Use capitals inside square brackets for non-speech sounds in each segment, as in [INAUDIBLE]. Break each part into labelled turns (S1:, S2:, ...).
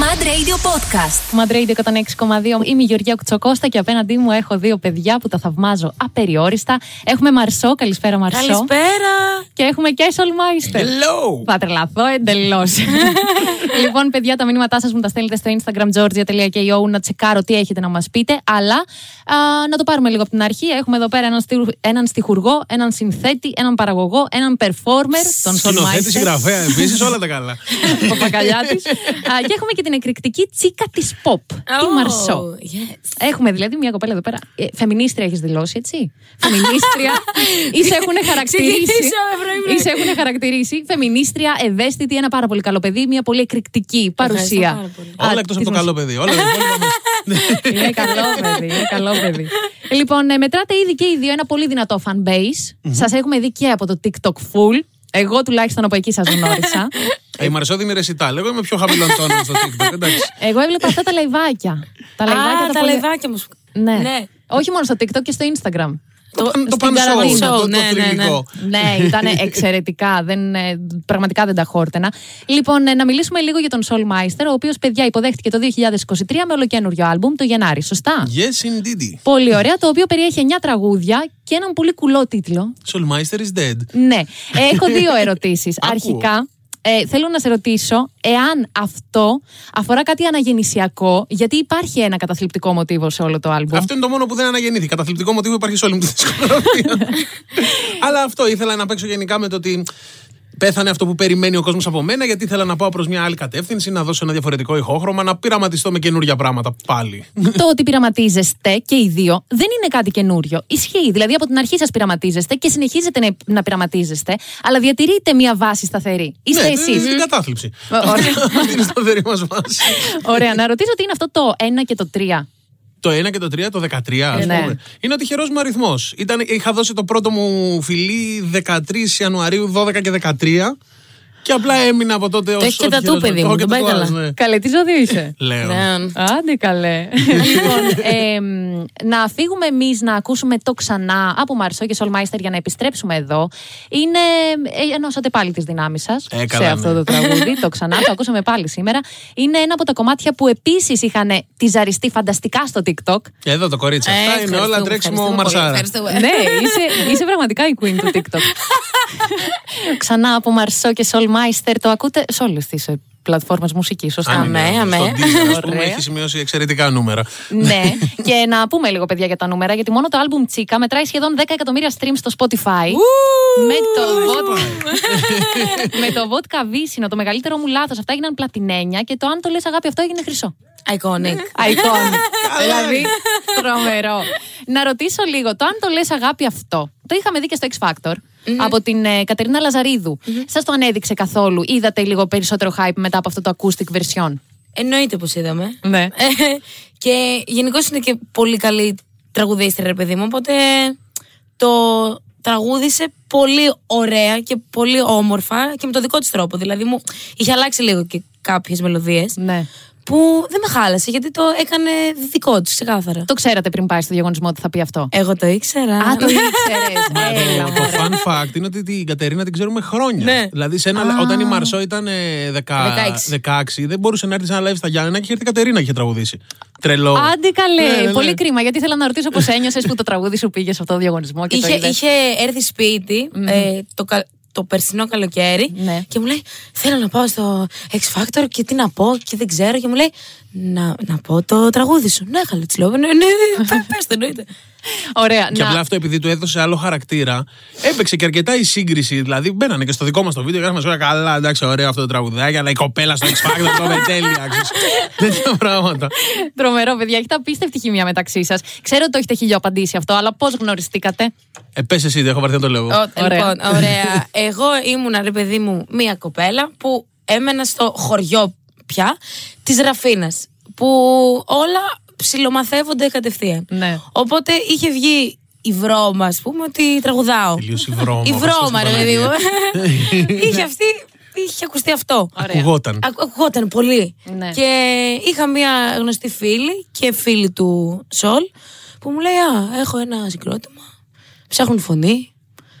S1: Mad Radio Podcast.
S2: Mad Radio 106,2. Είμαι η Γεωργία Κουτσοκώστα και απέναντί μου έχω δύο παιδιά που τα θαυμάζω απεριόριστα. Έχουμε Μαρσό, καλησπέρα Μαρσό.
S3: Καλησπέρα.
S2: Και έχουμε και Σολμάιστερ.
S4: Hello!
S2: Θα τρελαθώ εντελώς. λοιπόν, παιδιά, τα μήνυματά σας μου τα στέλνετε στο Instagram georgia.ko να τσεκάρω τι έχετε να μας πείτε. Αλλά α, να το πάρουμε λίγο από την αρχή. Έχουμε εδώ πέρα έναν, στιχου, έναν στιχουργό, έναν συνθέτη, έναν παραγωγό, έναν performer, τον
S4: Σκηνοθέτη,
S2: Σολμάιστερ.
S4: συγγραφέα, επίσης όλα τα
S2: [LAUGHS]
S4: καλά.
S2: Παπακαλιά τη. Και έχουμε και την εκρηκτική τσίκα της pop, τη Μαρσό. Έχουμε δηλαδή μια κοπέλα εδώ πέρα. Ε, φεμινίστρια έχεις δηλώσει, έτσι.
S3: [LAUGHS]
S2: Φεμινίστρια. ή σε έχουν χαρακτηρίσει.
S3: Ξεκινήσαμε πρωί-πρωί.
S2: ή σε έχουν χαρακτηρίσει. Φεμινίστρια, ευαίσθητη, ένα πάρα πολύ καλό παιδί, μια πολύ εκρηκτική παρουσία.
S3: Ευχαριστώ πάρα πολύ.
S2: Α,
S4: όλα εκτός από
S2: της
S4: το
S2: μας-
S4: καλό παιδί. Όλα
S2: [LAUGHS]
S4: τα υπόλοιπα μας-
S2: Είναι καλό παιδί. Είναι καλό παιδί. λοιπόν, ε, μετράτε ήδη και οι δύο ένα πολύ δυνατό fan base. Σας έχουμε δει και από το TikTok full. Εγώ τουλάχιστον από εκεί σας γνώρισα.
S3: [LAUGHS]
S4: Ε, Η Μαρσόδη είναι ρεσιτάλ. Εγώ είμαι πιο χαμηλό τόνο στο
S2: [LAUGHS]
S4: TikTok. Εντάξει.
S2: Εγώ έβλεπα αυτά τα λαϊβάκια. Τα λαϊβάκια.
S3: Α, τα
S2: πολύ-
S3: λεβάκια μου. σου-
S2: Ναι.
S3: Ναι.
S2: Όχι μόνο στο TikTok και στο Instagram.
S3: Το-
S4: Το
S3: στην
S4: pan show,
S3: Καραβαλή
S4: το-
S3: show,
S4: το
S3: ναι, ναι, ναι.
S4: θρηλυκό.
S2: Ναι, ήταν
S4: [LAUGHS]
S2: εξαιρετικά. Δεν, ε, πραγματικά δεν τα χόρτενα. Λοιπόν, ε, να μιλήσουμε λίγο για τον Soul Meister, ο οποίος παιδιά υποδέχτηκε το 2023 με ολοκένουργιο άλμπουμ το Γενάρη, σωστά.
S4: Yes, indeed.
S2: Πολύ ωραία, το οποίο περιέχει 9 τραγούδια και έναν πολύ κουλό τίτλο.
S4: Soulmeister is dead.
S2: Ναι. Ε, έχω δύο ερωτήσεις.
S4: Ακούω.
S2: Αρχικά, ε, θέλω να σε ρωτήσω εάν αυτό αφορά κάτι αναγεννησιακό, γιατί υπάρχει ένα καταθλιπτικό μοτίβο σε όλο το άλμπουμ.
S4: Αυτό είναι το μόνο που δεν αναγεννήθη. Καταθλιπτικό μοτίβο υπάρχει σε όλη μου
S2: [LAUGHS]
S4: τη δισκογραφία. Αλλά αυτό ήθελα να παίξω γενικά με το ότι πέθανε αυτό που περιμένει ο κόσμος από μένα, γιατί ήθελα να πάω προς μια άλλη κατεύθυνση, να δώσω ένα διαφορετικό ηχόχρωμα, να πειραματιστώ με καινούργια πράγματα πάλι.
S2: το ότι πειραματίζεστε και οι δύο δεν είναι κάτι καινούριο. Ισχύει. Δηλαδή από την αρχή σας πειραματίζεστε και συνεχίζετε να, να πειραματίζεστε, αλλά διατηρείτε μία βάση σταθερή. Είστε
S4: Ναι,
S2: εσείς.
S4: Την κατάθλιψη.
S2: Ε, ωραία.
S4: [LAUGHS] Αυτή είναι η σταθερή μας βάση.
S2: Ωραία, να ρωτήσω τι είναι αυτό το 1 και το 3.
S4: Το 1 και το 3, το 13, ας
S2: Ε, ναι.
S4: πούμε. Είναι ο τυχερό μου αριθμός. Είχα δώσει το πρώτο μου φιλί 13 Ιανουαρίου 12 και 13. Και απλά έμεινα από τότε ω.
S3: έχει και τατού, παιδί μου, τον πάει καλά.
S4: ναι.
S2: Καλέ, τι ζώδιο είσαι.
S4: Λέω.
S3: Ναι.
S2: Άντε καλέ. λοιπόν, ε, μ, να φύγουμε εμείς να ακούσουμε το ξανά από Μαρσό και Σολμάιστερ για να επιστρέψουμε εδώ. Είναι. ε, Ενώσατε πάλι τι δυνάμεις σας
S4: Ε, καλά,
S2: σε
S4: ναι.
S2: αυτό το τραγούδι. το ξανά, το ακούσαμε πάλι σήμερα. Είναι ένα από τα κομμάτια που επίσης είχαν τη ζαριστεί φανταστικά στο TikTok.
S4: Εδώ το κορίτσι.
S3: Ε,
S4: Αυτά είναι
S3: ευχαριστούμε,
S4: όλα τρέξιμο
S3: ευχαριστούμε πολύ,
S4: μαρσάρα.
S3: ευχαριστούμε.
S2: ναι, είσαι, είσαι πραγματικά η queen του TikTok. ξανά από Μαρσό και Σολμάιστερ. Το ακούτε σε όλες τις πλατφόρμες μουσικής, σωστά. ναι.
S4: Αν είναι
S3: Αμέ, αμέ.
S4: Στον Deezer, ας πούμε,
S2: Ωραία.
S4: έχεις σημειώσει εξαιρετικά νούμερα.
S2: ναι, και να πούμε λίγο, παιδιά, για τα νούμερα, γιατί μόνο το album Τσίκα μετράει σχεδόν 10 εκατομμύρια streams στο Spotify. με το
S3: Λοιπόν.
S2: Vodka. με το Vodka Vissino, το μεγαλύτερο μου λάθος. Αυτά έγιναν πλατινένια και το αν το λες αγάπη αυτό έγινε χρυσό.
S3: Iconic.
S2: Icon. δηλαδή, τρομερό. να ρωτήσω λίγο, το αν το λες αγάπη αυτό. Το είχαμε δει και στο X Factor. Από την ε, Κατερίνα Λαζαρίδου. Σας το ανέδειξε καθόλου. Είδατε λίγο περισσότερο hype μετά από αυτό το acoustic version.
S3: Εννοείται πως είδαμε. [LAUGHS]
S2: Ναι.
S3: Ε, και γενικώ είναι και πολύ καλή τραγουδίστρια, ρε παιδί μου. Οπότε το τραγούδισε πολύ ωραία και πολύ όμορφα και με το δικό της τρόπο. Δηλαδή μου είχε αλλάξει λίγο και κάποιες μελωδίες.
S2: Ναι.
S3: Που δεν με χάλασε γιατί το έκανε δικό τη ξεκάθαρα.
S2: Το ξέρατε πριν πάει στο διαγωνισμό ότι θα πει αυτό.
S3: Εγώ το ήξερα.
S2: Α, το Ε, ήξερες. Έλα.
S4: Ε, Το fun fact είναι ότι την Κατερίνα την ξέρουμε χρόνια.
S3: Ναι.
S4: Δηλαδή, σε ένα, όταν η Μαρσό ήταν ε, δεκα-
S3: 16.
S4: 16, δεν μπορούσε να έρθει σε ένα live στα Γιάννενα και είχε έρθει η Κατερίνα και είχε τραγουδήσει. Τρελό.
S2: Άντε
S4: Ναι,
S2: καλέ.
S4: ναι, ναι.
S2: Πολύ κρίμα, γιατί ήθελα να ρωτήσω πώς ένιωσες που το τραγούδι σου πήγε σε αυτό το διαγωνισμό και το
S3: είχε,
S2: είδες.
S3: είχε έρθει σπίτι ε, το, κα- το περσινό καλοκαίρι
S2: Ναι.
S3: και μου λέει: Θέλω να πάω στο X Factor και τι να πω και δεν ξέρω. Και μου λέει: Να, να πω το τραγούδι σου. Ναι, χαλατσιλό. Ναι, ναι, ναι, πε πες το, εννοείται.
S2: Ωραία.
S4: Και
S2: να-
S4: απλά αυτό επειδή του έδωσε άλλο χαρακτήρα, έπαιξε και αρκετά η σύγκριση. Δηλαδή, μπαίνανε και στο δικό μας το βίντεο και έγραφε ωραία, καλά, εντάξει, ωραίο αυτό το τραγουδάκι, αλλά η κοπέλα στο X Factor το με τέλεια.
S3: [LAUGHS]
S4: ξέρεις. Τέτοια πράγματα.
S2: Τρομερό, παιδιά. Έχετε απίστευτη χημία μεταξύ σας. Ξέρω ότι το έχετε χιλιοαπαντήσει αυτό, αλλά πώς γνωριστήκατε.
S4: Ε, πες εσύ, δεν έχω βαρθεί να το λέω.
S3: Ο-
S2: Ωραία.
S3: Λοιπόν, ωραία. Εγώ ήμουνα, ρε παιδί μου, μία κοπέλα που έμενα στο χωριό πια τη Ραφίνα. Που όλα ψιλομαθεύονται κατευθείαν.
S2: Ναι.
S3: Οπότε είχε βγει η βρώμα, ας πούμε, ότι τραγουδάω.
S4: Τελείως η βρώμα,
S3: Η
S4: όπως
S3: βρώμα,
S4: στην
S3: ρε παιδί
S4: [LAUGHS]
S3: μου.
S4: Παναγία.
S3: είχε αυτή. Είχε ακουστεί αυτό.
S4: Ακουγόταν.
S3: Ακου- Ακουγόταν πολύ.
S2: Ναι.
S3: Και είχα μία γνωστή φίλη και φίλη του Σολ που μου λέει: Α, έχω ένα συγκρότημα. Ψάχνουν φωνή.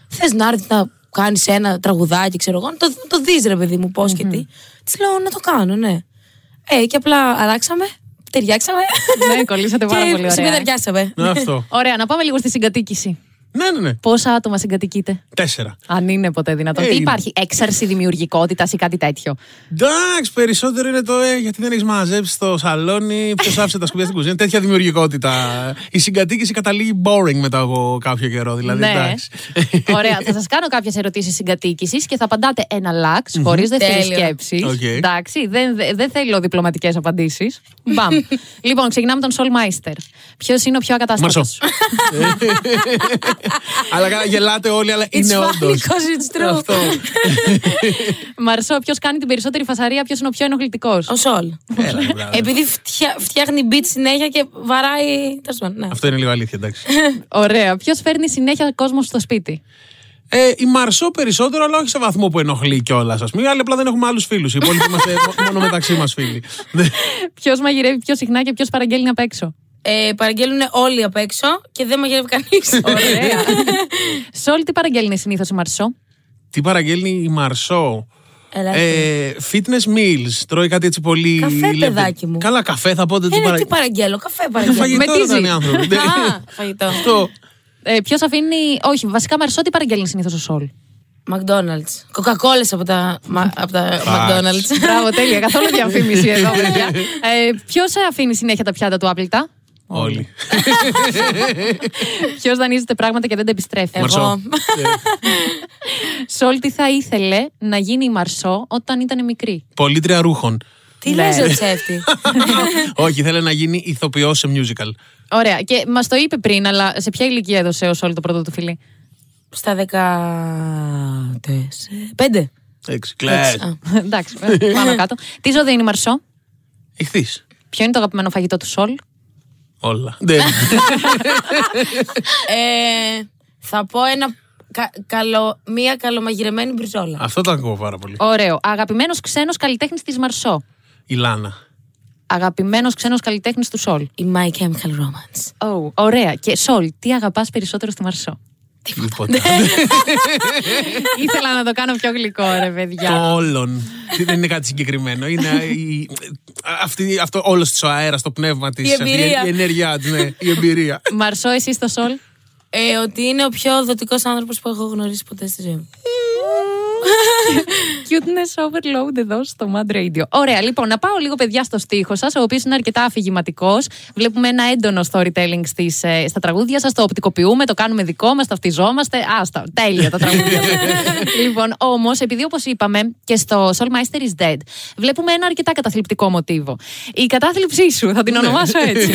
S3: Θες να έρθει να κάνεις ένα τραγουδάκι, ξέρω εγώ. να Το, το δεις, ρε παιδί μου, πώς και τι. Της λέω: Να το κάνω, ναι. Ε, και απλά αλλάξαμε, ταιριάξαμε.
S2: Ναι, κολλήσατε πάρα
S3: [LAUGHS] και
S2: πολύ ωραία, ε.
S3: Συμπεταιριάσαμε.
S4: Ναι, αυτό.
S2: Ωραία, να πάμε λίγο στη συγκατοίκηση.
S4: Ναι, ναι, ναι.
S2: Πόσα άτομα συγκατοικείτε,
S4: Τέσσερα.
S2: αν είναι ποτέ δυνατόν.
S4: Ε,
S2: Τι
S4: είναι.
S2: υπάρχει, έξαρση δημιουργικότητας ή κάτι τέτοιο.
S4: Εντάξει, περισσότερο είναι το ε, γιατί δεν έχεις μαζέψει το σαλόνι, ποιος άφησε τα σκουπιά στην κουζίνα. Τέτοια δημιουργικότητα. Η συγκατοίκηση καταλήγει boring μετά από κάποιο καιρό. Δηλαδή,
S2: Ναι.
S4: εντάξει.
S2: [LAUGHS]
S4: [LAUGHS]
S2: Ωραία. Θα σας κάνω κάποιες ερωτήσεις συγκατοίκησης και θα απαντάτε ένα λαξ, χωρίς δεύτερη
S3: Τέλεια.
S2: σκέψη.
S4: Οκ.
S2: Εντάξει. Δεν, δε- δεν θέλω διπλωματικές απαντήσεις. Μπαμ. λοιπόν, ξεκινάμε τον Σολ Μάιστερ. Ποιος είναι ο πιο ακατάστατος.
S4: Μαρσό. αλλά καλά, γελάτε όλοι, αλλά
S3: It's
S4: είναι
S3: funny
S4: όντως.
S3: because it's true.
S4: Αυτό.
S2: [LAUGHS] Μαρσό, ποιος κάνει την περισσότερη φασαρία, ποιος είναι ο πιο ενοχλητικός.
S3: Ο Σολ.
S4: Έλα, ρε, μπράβο.
S3: Επειδή φτια- φτιάχνει beat συνέχεια και βαράει. τέλος πάντων, ναι.
S4: Αυτό είναι λίγο αλήθεια, εντάξει.
S2: Ωραία. Ποιος φέρνει συνέχεια κόσμο στο σπίτι.
S4: Ε, η Μαρσό περισσότερο, αλλά όχι σε βαθμό που ενοχλεί κιόλας, ας πούμε. Άλλοι απλά δεν έχουμε άλλους φίλους. Οι υπόλοιποι είμαστε [LAUGHS] μο- μόνο μεταξύ μας φίλοι. Ναι.
S2: Ποιος μαγειρεύει πιο συχνά και ποιος παραγγέλνει απ' έξω.
S3: Ε, παραγγέλνουν όλοι απ' έξω και δεν μαγειρεύει
S4: [LAUGHS]
S3: κανείς.
S2: Ωραία. Σολ, τι παραγγέλνει συνήθως η Μαρσό.
S4: Τι παραγγέλνει η Μαρσό.
S3: Ελάχιστα.
S4: Ε, fitness meals. Τρώει κάτι έτσι πολύ.
S3: Καφέ,
S4: λεπτό.
S3: παιδάκι μου.
S4: Καλά, καφέ θα πω. Δεν το
S3: Ένα
S4: παρα...
S3: τι παραγγέλω, καφέ
S4: Το
S3: παραγγέλω.
S4: φαγητό
S2: Μετίζει.
S4: ήταν οι άνθρωποι. [LAUGHS] Ναι.
S3: Α, φαγητό.
S4: Αυτό.
S2: Ε, ποιος αφήνει. Όχι, βασικά Μαρσό, τι παραγγέλνει συνήθως ο Σολ.
S3: McDonald's. Κοκακόλες από τα, μα- από τα McDonald's.
S2: Μπράβο, τέλεια. Καθόλου διαφήμιση εδώ, παιδιά. Ε, Ποιος αφήνει συνέχεια τα πιάτα του άπλυτα,
S4: Όλοι.
S2: Ποιος δανείζεται πράγματα και δεν τα επιστρέφει.
S3: Εγώ.
S4: Μαρσό. Ε,
S2: Σολ, τι θα ήθελε να γίνει η Μαρσό όταν ήταν μικρή.
S4: Πολύτρια [LAUGHS] ρούχων. Ναι.
S3: Τι λες ρε
S4: [LAUGHS]
S3: ψεύτη.
S4: όχι, ήθελε να γίνει ηθοποιός σε musical.
S2: Ωραία. Και μας το είπε πριν, αλλά σε ποια ηλικία έδωσε ο Σολ το πρώτο του φιλί. [LAUGHS]
S3: Στα δεκα... τέσσερα- Πέντε.
S4: Έξι. Κλαίς.
S3: α.
S2: Εντάξει, ε, πάνω κάτω. Τι ζώδιο είναι η Μαρσό,
S4: Ηχθείς.
S2: Ποιο είναι το αγαπημένο φαγητό του Σολ.
S4: Όλα. Ναι.
S3: Ε, θα πω ένα... κα- καλο- μία καλομαγειρεμένη μπριζόλα.
S4: [LAUGHS] Αυτό το ακούω πάρα πολύ.
S2: Ωραίο. Αγαπημένος ξένος καλλιτέχνης της Μαρσό.
S4: Η Λάνα.
S2: Αγαπημένος ξένος καλλιτέχνης του Σολ.
S3: Η My Chemical Romance.
S2: Oh, ωραία. Και Σολ, τι αγαπάς περισσότερο στη Μαρσό.
S4: Τίποτα.
S3: ναι,
S2: Ήθελα να το κάνω πιο γλυκό, ρε παιδιά.
S4: Το όλον. Τι, Δεν είναι κάτι συγκεκριμένο. Είναι η- αυτή, αυτό όλος της ο αέρας, το πνεύμα της.
S3: Η εμπειρία.
S4: Η ενέργειά της, ναι. Η εμπειρία.
S2: Μαρσό, εσύ στο Σολ.
S3: Ε, ότι είναι ο πιο δοτικός άνθρωπος που έχω γνωρίσει ποτέ στη ζωή μου.
S2: Cuteness overload εδώ στο Mad Radio. Ωραία, λοιπόν, να πάω λίγο παιδιά στο στίχο σας, ο οποίος είναι αρκετά αφηγηματικός. Βλέπουμε ένα έντονο storytelling στις, ε, στα τραγούδια σας, το οπτικοποιούμε, το κάνουμε δικό μας, ταυτιζόμαστε. Άστα, τέλεια τα [LAUGHS] τραγούδια. σας. λοιπόν, όμως, επειδή όπως είπαμε και στο Soulmeister is Dead, βλέπουμε ένα αρκετά καταθλιπτικό μοτίβο. Η κατάθλιψή σου, θα την ονομάσω έτσι,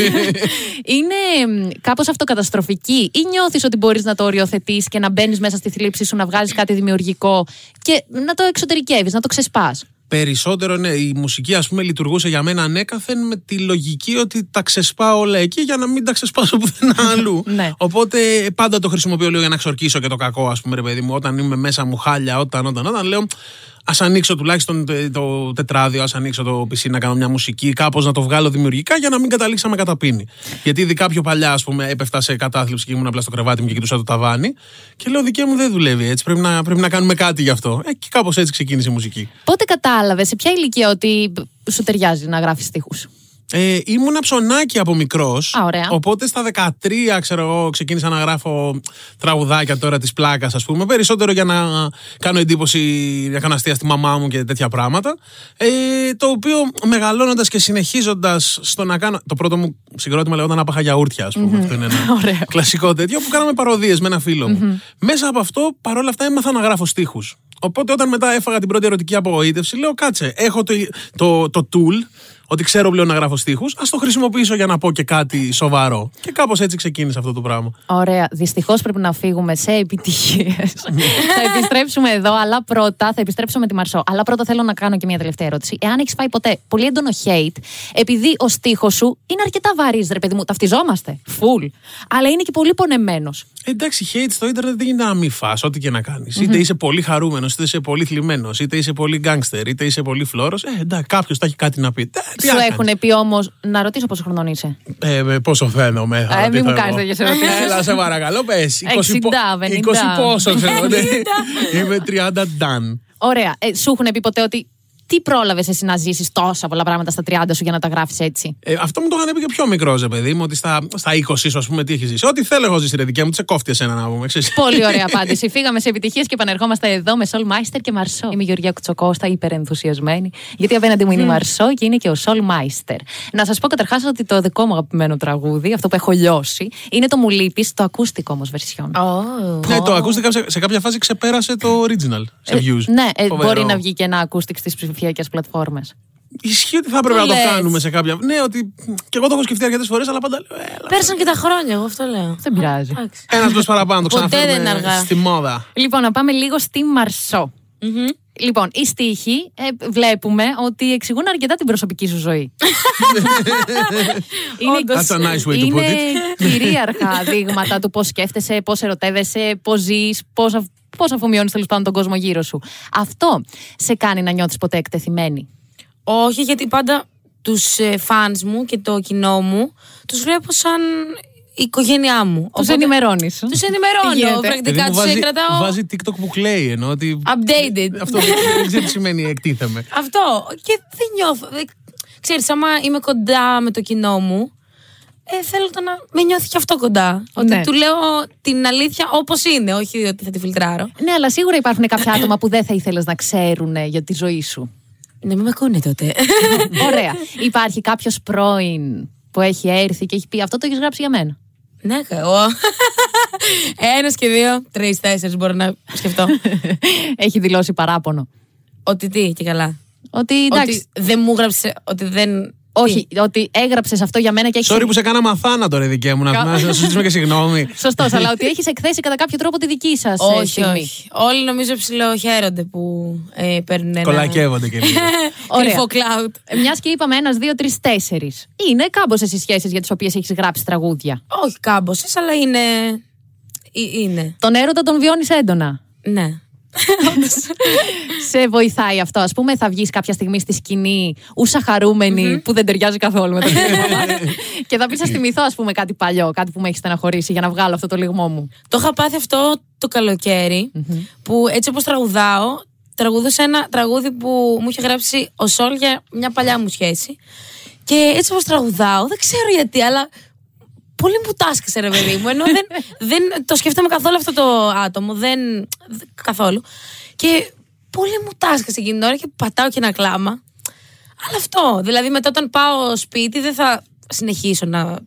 S2: είναι κάπως αυτοκαταστροφική ή νιώθεις ότι μπορείς να το οριοθετείς και να μπαίνεις μέσα στη θλίψη σου, να βγάζει κάτι δημιουργικό και να το εξωτερικεύεις, να το ξεσπάς.
S4: Περισσότερο, ναι, η μουσική ας πούμε λειτουργούσε για μένα ανέκαθεν με τη λογική ότι τα ξεσπάω όλα εκεί για να μην τα ξεσπάσω [LAUGHS] πουθενά αλλού.
S2: Ναι.
S4: Οπότε ε, πάντα το χρησιμοποιώ λίγο για να ξορκίσω και το κακό, ας πούμε, ρε παιδί μου. Όταν είμαι μέσα μου χάλια, όταν, όταν, όταν λέω. Ας ανοίξω τουλάχιστον τε- το τετράδιο, ας ανοίξω το πισί να κάνω μια μουσική, κάπως να το βγάλω δημιουργικά για να μην καταλήξαμε κατά πίνη. Γιατί ειδικά πιο παλιά, ας πούμε, έπεφτα σε κατάθλιψη και ήμουν απλά στο κρεβάτι μου και κοιτούσα το ταβάνι. Και λέω, δικέ μου δεν δουλεύει έτσι. Πρέπει να, πρέπει να κάνουμε κάτι γι' αυτό. Ε, και κάπως έτσι ξεκίνησε η μουσική.
S2: Πότε κατάλαβες, σε ποια ηλικία ότι σου ταιριάζει να γράφεις στίχους.
S4: Ε, ήμουνα ψωνάκι από μικρός.
S2: Α, ωραία.
S4: Οπότε στα 13, ξέρω εγώ, ξεκίνησα να γράφω τραγουδάκια τώρα της πλάκας, ας πούμε. Περισσότερο για να κάνω εντύπωση, να κάνω αστεία στη μαμά μου και τέτοια πράγματα. Ε, το οποίο μεγαλώνοντας και συνεχίζοντας στο να κάνω. Το πρώτο μου συγκρότημα λεγόταν Άπαχα γιαούρτια, ας πουμε Αυτό
S2: [LAUGHS]
S4: είναι ένα
S2: Ωραίο.
S4: κλασικό τέτοιο που κάναμε παροδίες με ένα φίλο μου. Μέσα από αυτό, παρόλα αυτά, έμαθα να γράφω στίχους. Οπότε όταν μετά έφαγα την πρώτη ερωτική απογοήτευση, λέω κάτσε, έχω το, το, το tool ότι ξέρω πλέον να γράφω στίχους, ας το χρησιμοποιήσω για να πω και κάτι σοβαρό. Και κάπως έτσι ξεκίνησε αυτό το πράγμα.
S2: Ωραία. Δυστυχώς πρέπει να φύγουμε σε επιτυχίες. θα επιστρέψουμε εδώ, αλλά πρώτα θα επιστρέψω με τη Μαρσό. Αλλά πρώτα θέλω να κάνω και μια τελευταία ερώτηση. Εάν έχεις πάει ποτέ πολύ έντονο hate, επειδή ο στίχος σου είναι αρκετά βαρύς, ρε παιδί μου, ταυτιζόμαστε. Φουλ. Αλλά είναι και πολύ πονεμένος.
S4: Εντάξει, hate στο ίντερνετ δεν γίνεται να μη φας, ό,τι και να κανεις Είτε είσαι πολύ χαρούμενος, είτε είσαι πολύ θλιμμένος, είτε είσαι πολύ γκάγκστερ, είτε είσαι πολύ φλόρος. Ε, εντάξει, κάποιος θα έχει κάτι να πει. Ε, τι
S2: Σου
S4: να κάνεις.
S2: έχουν πει όμως, να ρωτήσω πόσο χρονών είσαι.
S4: Ε, με πόσο φαίνομαι.
S2: Ε,
S4: θα
S2: μη
S4: ρωτήσω
S2: μου
S4: εγώ.
S2: κάνεις τέτοιες ερωτήσεις.
S4: Έλα, σε παρακαλώ, πες. 20 πο-
S2: 60, 50.
S4: 20 πόσο φαίνομαι. ναι. Είμαι 30 done.
S2: Ωραία. Ε, σου έχουν πει ποτέ ότι τι πρόλαβες εσύ να ζήσεις τόσα πολλά πράγματα στα 30 σου για να τα γράφεις έτσι.
S4: Ε, αυτό μου το είχαν πει και πιο μικρός, ρε παιδί μου, ότι στα, στα 20 σου, ας πούμε, τι έχεις ζήσει. Ό,τι θέλω, έχω ζήσει, ρε δικιά μου, τσε κόφτει εσένα να πούμε. ξέρεις.
S2: Πολύ ωραία απάντηση. Φύγαμε σε επιτυχίες και επανερχόμαστε εδώ με Soul Meister και Μαρσό. Είμαι η Γεωργία Κουτσοκώστα, υπερενθουσιασμένη, γιατί απέναντι μου είναι η Μαρσό και είναι και ο Soul Meister. Να σας πω καταρχάς ότι το δικό μου αγαπημένο τραγούδι, αυτό που έχω λιώσει, είναι το Μου λείπεις, το ακούστικο όμως version.
S4: [LAUGHS] Ναι, το ακούστηκα σε, σε κάποια φάση ξεπέρασε το original σε views.
S2: Ναι, ε,
S4: Φοβερό.
S2: μπορεί να βγει και ένα ακούστικο στι ψηφιακές πλατφόρμες.
S4: Ισχύει ότι θα έπρεπε
S3: Το
S4: να το
S3: λες.
S4: κάνουμε σε κάποια. Ναι, ότι. και εγώ το έχω σκεφτεί αρκετές φορές, αλλά πάντα λέω. Έλα.
S3: Πέρασαν και τα χρόνια, εγώ αυτό λέω.
S2: Δεν πειράζει.
S3: Εντάξει.
S4: Ένας πλούσιο παραπάνω, το
S3: Ποτέ δεν
S4: ξαναφέρουμε
S3: είναι αργά.
S4: στη μόδα.
S2: Λοιπόν, να πάμε λίγο στη Μαρσό. Λοιπόν, οι στίχοι ε, βλέπουμε ότι εξηγούν αρκετά την προσωπική σου ζωή.
S4: That's a nice way to put
S2: είναι
S4: it.
S2: κυρίαρχα δείγματα του πώς σκέφτεσαι, πώς ερωτεύεσαι, πώς ζεις, πώς πώς αφομοιώνει τέλος πάντων τον κόσμο γύρω σου. Αυτό σε κάνει να νιώθεις ποτέ εκτεθειμένη.
S3: Όχι, γιατί πάντα τους φαν μου και το κοινό μου τους βλέπω σαν η οικογένειά μου.
S2: Τους ενημερώνεις.
S3: Τους
S2: Τι
S3: ενημερώνω.
S2: γίνεται.
S4: Παιδί
S3: Πρακτικά
S4: μου,
S3: τους
S4: βάζει,
S3: κρατάω.
S4: βάζει TikTok που κλαίει, ενώ ότι.
S3: Updated.
S4: Αυτό δεν ξέρω τι σημαίνει εκτίθεμαι.
S3: Αυτό. Και δεν νιώθω. δεν- Ξέρεις, άμα είμαι κοντά με το κοινό μου, ε, θέλω το να με νιώθει και αυτό κοντά. Ότι
S2: Ναι.
S3: του λέω την αλήθεια όπως είναι, όχι ότι θα τη φιλτράρω.
S2: Ναι, αλλά σίγουρα υπάρχουν κάποια άτομα που δεν θα ήθελες να ξέρουν για τη ζωή σου.
S3: Ναι, μην με ακούνε τότε.
S2: Ωραία. Υπάρχει κάποιος πρώην που έχει έρθει και έχει πει Αυτό το έχεις γράψει για μένα.
S3: [LAUGHS] ναι, εγώ. [LAUGHS] Ένας και δύο, τρεις, τέσσερις μπορώ να σκεφτώ. [LAUGHS]
S2: έχει δηλώσει παράπονο.
S3: ότι τι και καλά.
S2: Ότι εντάξει.
S3: Ότι δεν μου γράψε, ότι δεν.
S2: Όχι, ότι έγραψες αυτό για μένα και έχεις.
S4: Sorry που σε κάναμε αθάνατο, ρε δικέ μου, να, να, να σου ζητήσουμε και συγγνώμη.
S2: Σωστός, αλλά ότι έχεις εκθέσει κατά κάποιο τρόπο τη δική σας
S3: Όχι,
S2: στιγμή.
S3: όχι. Όλοι νομίζω ψηλοχαίρονται που ε, παίρνουν ένα. [LAUGHS]
S4: Κολακεύονται
S2: Ναι.
S4: και λίγο.
S2: Ωραία.
S3: Κρυφό cloud.
S2: Μια Ε, και είπαμε ένας, δύο, τρεις, τέσσερις. Είναι κάμποσες οι σχέσεις για τις οποίες έχεις γράψει τραγούδια.
S3: Όχι κάμποσες, αλλά είναι. ε, Είναι.
S2: Τον έρωτα τον βιώνεις έντονα.
S3: Ναι.
S2: Σε βοηθάει αυτό, ας πούμε, θα βγεις κάποια στιγμή στη σκηνή ούσα χαρούμενη, που δεν ταιριάζει καθόλου
S3: [LAUGHS]
S2: με το [LAUGHS] κίνημα και θα πεις, α θυμηθώ, ας πούμε, κάτι παλιό, κάτι που με έχει στεναχωρήσει για να βγάλω αυτό το λιγμό μου.
S3: το είχα πάθει αυτό το καλοκαιρι που έτσι όπως τραγουδάω, τραγουδούσα ένα τραγούδι που μου είχε γράψει ο Σόλ για μια παλιά μου σχέση. Και έτσι όπως τραγουδάω, δεν ξέρω γιατί, αλλά πολύ μου τάσκασε ρε παιδί μου. Ενώ δεν, δεν το σκέφτομαι καθόλου αυτό το άτομο, δεν, δε- καθόλου. Και πολύ μου τάσκασε εκείνη την ώρα και πατάω και ένα κλάμα. Αλλά αυτό, δηλαδή μετά όταν πάω σπίτι δεν θα συνεχίσω να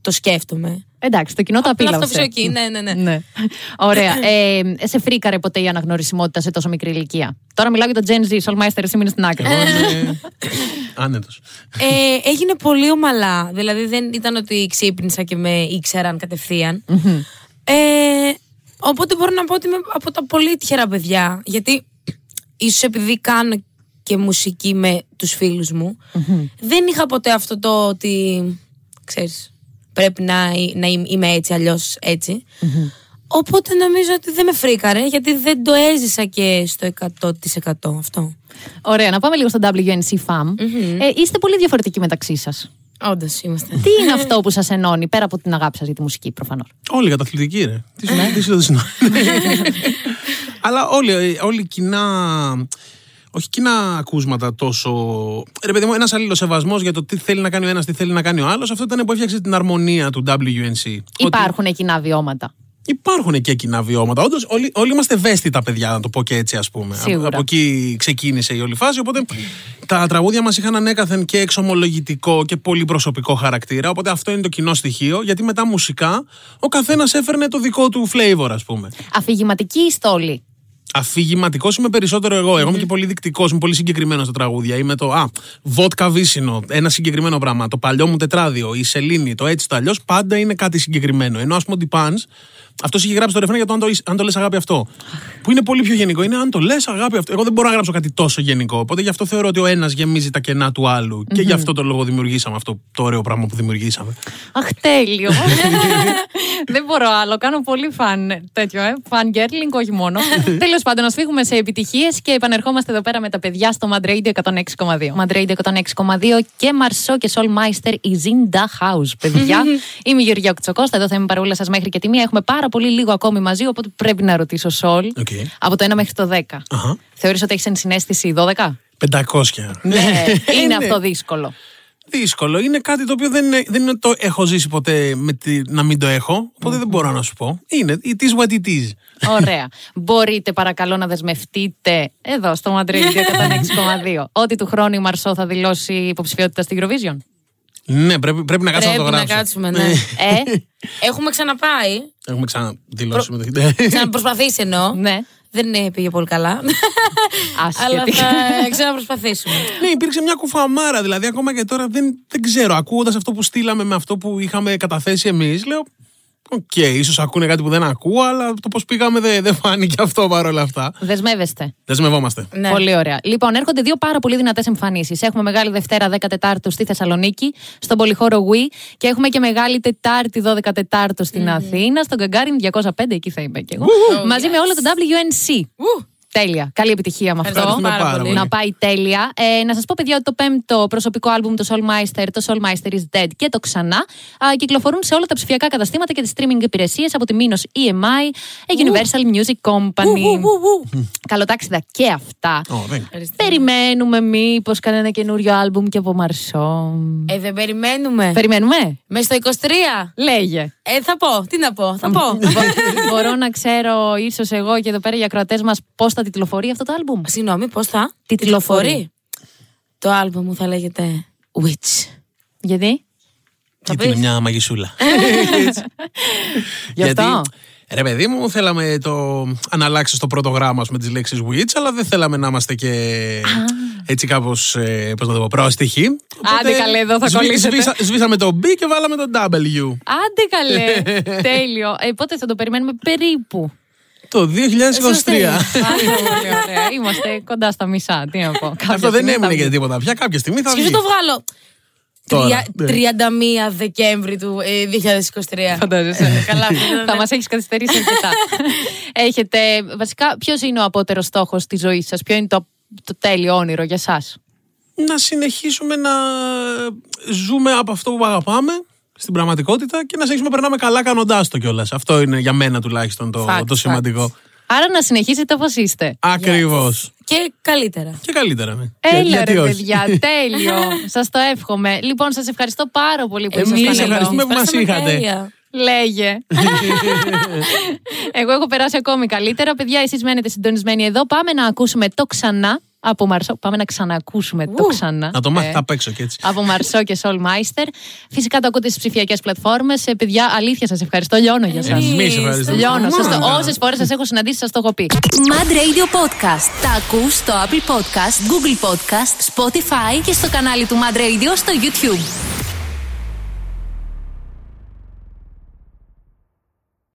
S3: το σκέφτομαι.
S2: Εντάξει, το κοινό τα
S3: Απλά
S2: απίλαυσε.
S3: αυτό πίσω εκεί, ναι, ναι, ναι.
S2: Ωραία. Ε, σε φρίκαρε ποτέ η αναγνωρισιμότητα σε τόσο μικρή ηλικία. Τώρα μιλάω για το Gen Z, Soulmeister, εσύ μείνε στην άκρη.
S4: Εγώ είμαι άνετος.
S3: Ε, έγινε πολύ ομαλά. Δηλαδή δεν ήταν ότι ξύπνησα και με ήξεραν κατευθείαν. Ε, οπότε μπορώ να πω ότι είμαι από τα πολύ τυχερά παιδιά. Γιατί ίσως επειδή κάνω και μουσική με τους φίλους μου, δεν είχα ποτέ αυτό το ότι, ξέρεις, πρέπει να, να είμαι- είμαι έτσι, αλλιώς έτσι. Οπότε νομίζω ότι δεν με φρίκαρε, γιατί δεν το έζησα και στο 100% αυτό.
S2: Ωραία, να πάμε λίγο στο WNC FAM. Ε, είστε πολύ διαφορετικοί μεταξύ σας.
S3: Όντως είμαστε.
S2: [LAUGHS] Τι είναι αυτό που σας ενώνει, πέρα από την αγάπη σας για τη μουσική, προφανώς.
S4: Όλοι για τα αθλητική, ρε. Τι σου τι σου το δίνω. Αλλά όλοι, όλοι κοινά. Όχι κοινά ακούσματα τόσο. Ρε παιδί μου, ένας αλληλοσεβασμός για το τι θέλει να κάνει ο ένας, τι θέλει να κάνει ο άλλος. Αυτό ήταν που έφτιαξε την αρμονία του WNC. Ότι
S2: Υπάρχουν κοινά βιώματα.
S4: υπάρχουν και κοινά βιώματα. Όντως, όλοι, όλοι είμαστε ευαίσθητα παιδιά, να το πω και έτσι, ας πούμε.
S2: Σίγουρα.
S4: Από, από εκεί ξεκίνησε η όλη φάση. Οπότε τα τραγούδια μας είχαν ανέκαθεν και εξομολογητικό και πολύ προσωπικό χαρακτήρα. Οπότε αυτό είναι το κοινό στοιχείο. Γιατί μετά μουσικά ο καθένας έφερνε το δικό του flavor, ας πούμε.
S2: Αφηγηματική στόλη.
S4: Αφηγηματικός είμαι περισσότερο εγώ. Εγώ είμαι και πολύ δεικτικό, είμαι πολύ συγκεκριμένος στα τραγούδια. Είμαι το Α, βότκα βύσινο, ένα συγκεκριμένο πράγμα. Το παλιό μου τετράδιο, η σελήνη, το έτσι το αλλιώς, πάντα είναι κάτι συγκεκριμένο. Ενώ ας πούμε ότι παν, αυτός είχε γράψει το ρεφρέν για το αν το, αν το λες αγάπη αυτό. Που είναι πολύ πιο γενικό. Είναι αν το λες αγάπη αυτό. Εγώ δεν μπορώ να γράψω κάτι τόσο γενικό. Οπότε γι' αυτό θεωρώ ότι ο ένας γεμίζει τα κενά του άλλου. Και γι' αυτό το λόγο δημιουργήσαμε αυτό το ωραίο πράγμα που δημιουργήσαμε.
S2: Αχ, τέλειο. [LAUGHS] Δεν μπορώ άλλο. Κάνω πολύ φαν τέτοιο, ε. Φαν γκέρλινγκ, όχι
S4: [LAUGHS]
S2: μόνο. Τέλος πάντων, ας φύγουμε σε επιτυχίες και επανερχόμαστε εδώ πέρα με τα παιδιά στο Mad Radio 106,2. Mad Radio 106,2 και Μαρσό και Σολ Μάιστερ, η Zinda House,
S4: [LAUGHS]
S2: παιδιά. είμαι η Γεωργία Κουτσοκώστα, εδώ θα είμαι παρόλα σας μέχρι και τη μία. Έχουμε πάρα πολύ λίγο ακόμη μαζί, οπότε πρέπει να ρωτήσω Σολ
S4: Οκ.
S2: από το 1 μέχρι το 10.
S4: Αχα.
S2: Θεωρείς ότι έχεις ενσυναίσθηση 12?
S4: 500. [LAUGHS]
S2: Ναι, είναι
S4: Ναι.
S2: αυτό δύσκολο.
S4: Δύσκολο. Είναι κάτι το οποίο δεν είναι, δεν είναι το έχω ζήσει ποτέ με τη, να μην το έχω. Οπότε δεν μπορώ να σου πω. Είναι. It is what it is.
S2: Ωραία. Μπορείτε παρακαλώ να δεσμευτείτε εδώ στο Madrid 106,2 ότι του χρόνου η Μαρσό θα δηλώσει υποψηφιότητα στην Eurovision.
S4: Ναι, πρέπει, πρέπει να κάτσουμε να το
S3: Πρέπει να
S4: γράψουμε.
S3: κάτσουμε, ναι.
S2: Ε,
S3: Έχουμε ξαναπάει.
S4: Έχουμε ξαναδηλώσει μεταχείριση.
S3: Ξαναπροσπαθήσει εννοώ.
S2: ναι.
S3: Δεν ε, πήγε πολύ καλά. Αλλά
S2: Άσχετη.
S3: θα ξαναπροσπαθήσουμε.
S4: [LAUGHS] Ναι, υπήρξε μια κουφαμάρα. Δηλαδή, ακόμα και τώρα δεν, δεν ξέρω. Ακούγοντας αυτό που στείλαμε με αυτό που είχαμε καταθέσει εμείς, λέω. Οκ, ίσως ακούνε κάτι που δεν ακούω, αλλά το πώς πήγαμε δεν δεν φάνηκε αυτό παρόλα αυτά.
S2: Δεσμεύεστε.
S4: Δεσμευόμαστε.
S3: Ναι.
S2: Πολύ ωραία. Λοιπόν, έρχονται δύο πάρα πολύ δυνατές εμφανίσεις. Έχουμε Μεγάλη Δευτέρα 14 Τετάρτου στη Θεσσαλονίκη, στον Πολυχώρο Wii και έχουμε και Μεγάλη Τετάρτη 12 Τετάρτου στην Αθήνα, στον Καγκάριν 205, εκεί θα είμαι και εγώ. μαζί με όλο το WNC.
S3: Ου.
S2: Τέλεια. Καλή επιτυχία με αυτό.
S4: Ευχαριστούμε πάρα πολύ.
S2: Να πάει τέλεια. Ε, να σας πω, παιδιά, ότι το πέμπτο προσωπικό άλμπουμ του Soulmeister, το Soulmeister is Dead και το ξανά, α, κυκλοφορούν σε όλα τα ψηφιακά καταστήματα και τις streaming υπηρεσίες από τη Minos E EMI, η ε, Universal Music Company. Καλοτάξιδα και αυτά.
S4: Ω, δεν-
S2: Περιμένουμε μήπως κανένα καινούριο άλμπουμ και από Μαρσό.
S3: Ε, δεν περιμένουμε.
S2: Περιμένουμε.
S3: Μέσα στο 23.
S2: [LAUGHS] Λέγε.
S3: Ε, θα πω. Τι να πω. Θα πω. Λοιπόν, θα πω.
S2: Μπορώ να ξέρω ίσως εγώ και εδώ πέρα οι ακροατές μας πώς θα τιτλοφορεί αυτό το άλμπουμ.
S3: Συγγνώμη, πώς θα.
S2: Τι τηλεφορεί.
S3: Το άλμπο μου θα λέγεται Witch.
S2: Γιατί?
S4: Γιατί είναι μια μαγισούλα.
S2: Γι' αυτό.
S4: Ρε παιδί μου, θέλαμε το να αλλάξει το πρώτο γράμμα με τις λέξεις witch, αλλά δεν θέλαμε να είμαστε και έτσι κάπως, ε, πώς να το πω, πρόστιχοι. Οπότε
S2: καλέ, εδώ θα
S4: σβή-
S2: κολλήσετε.
S4: σβήσα- Σβήσαμε το B και βάλαμε το W.
S2: Άντε καλέ.
S4: [LAUGHS]
S2: Τέλειο. Ε, πότε θα το περιμένουμε περίπου.
S4: Το 2023.
S2: Άντε, πολύ ωραία. Είμαστε κοντά στα μισά. Τι να πω. Κάποια
S4: Αυτό δεν
S2: στιγμή θα
S4: έμεινε
S2: βγει.
S4: για τίποτα πια. Κάποια στιγμή θα
S3: Σκέψου
S4: βγει.
S3: το βγάλω.
S4: Τώρα, ναι.
S3: Τρια- 31 Δεκέμβρη του ε, 2023.
S4: [LAUGHS]
S2: Φαντάζεσαι.
S3: Καλά, αυτό είναι,
S2: θα
S3: ναι.
S2: μας έχεις καθυστερήσει αρκετά. Έχετε. Βασικά, ποιος είναι ο απότερος στόχος της ζωής σας, ποιο είναι το, το τέλειο όνειρο για εσά.
S4: να συνεχίσουμε να ζούμε από αυτό που αγαπάμε στην πραγματικότητα και να συνεχίσουμε να περνάμε καλά κάνοντάς το κιόλας. Αυτό είναι για μένα τουλάχιστον το,
S3: Facts,
S4: το σημαντικό.
S2: Άρα να συνεχίσετε όπως είστε.
S4: Ακριβώς.
S3: Και καλύτερα.
S4: Και καλύτερα, ναι. Για-
S2: Έλα
S4: γιατί
S2: ρε
S4: όχι. Ε, [LAUGHS]
S2: παιδιά, τέλειο. Σας το εύχομαι. Λοιπόν, σας ευχαριστώ πάρα πολύ που
S4: Εμείς
S2: ήσασταν εδώ.
S4: ευχαριστούμε που μας
S3: Ε, Περάσαμε
S4: είχατε.
S3: τέλεια.
S2: Λέγε. Εγώ έχω περάσει ακόμη καλύτερα. Παιδιά, εσείς μένετε συντονισμένοι εδώ. Πάμε να ακούσουμε το ξανά από Μαρσό. Πάμε να ξαναακούσουμε το ξανά.
S4: Να το μάθει
S2: Ε,
S4: απ' έξω και έτσι.
S2: από Μαρσό και Soulmeister. Φυσικά το ακούτε στις ψηφιακές πλατφόρμες. Ε, παιδιά, αλήθεια σας ευχαριστώ. Λιώνω για σας.
S4: Εμείς ευχαριστούμε.
S2: Λιώνω. Σας το,
S4: Μάνα.
S2: όσες φορές σας έχω συναντήσει σας το έχω πει.
S1: Mad Radio Podcast. Τα ακούς στο Apple Podcast, Google Podcast, Spotify και στο κανάλι του Mad Radio στο YouTube.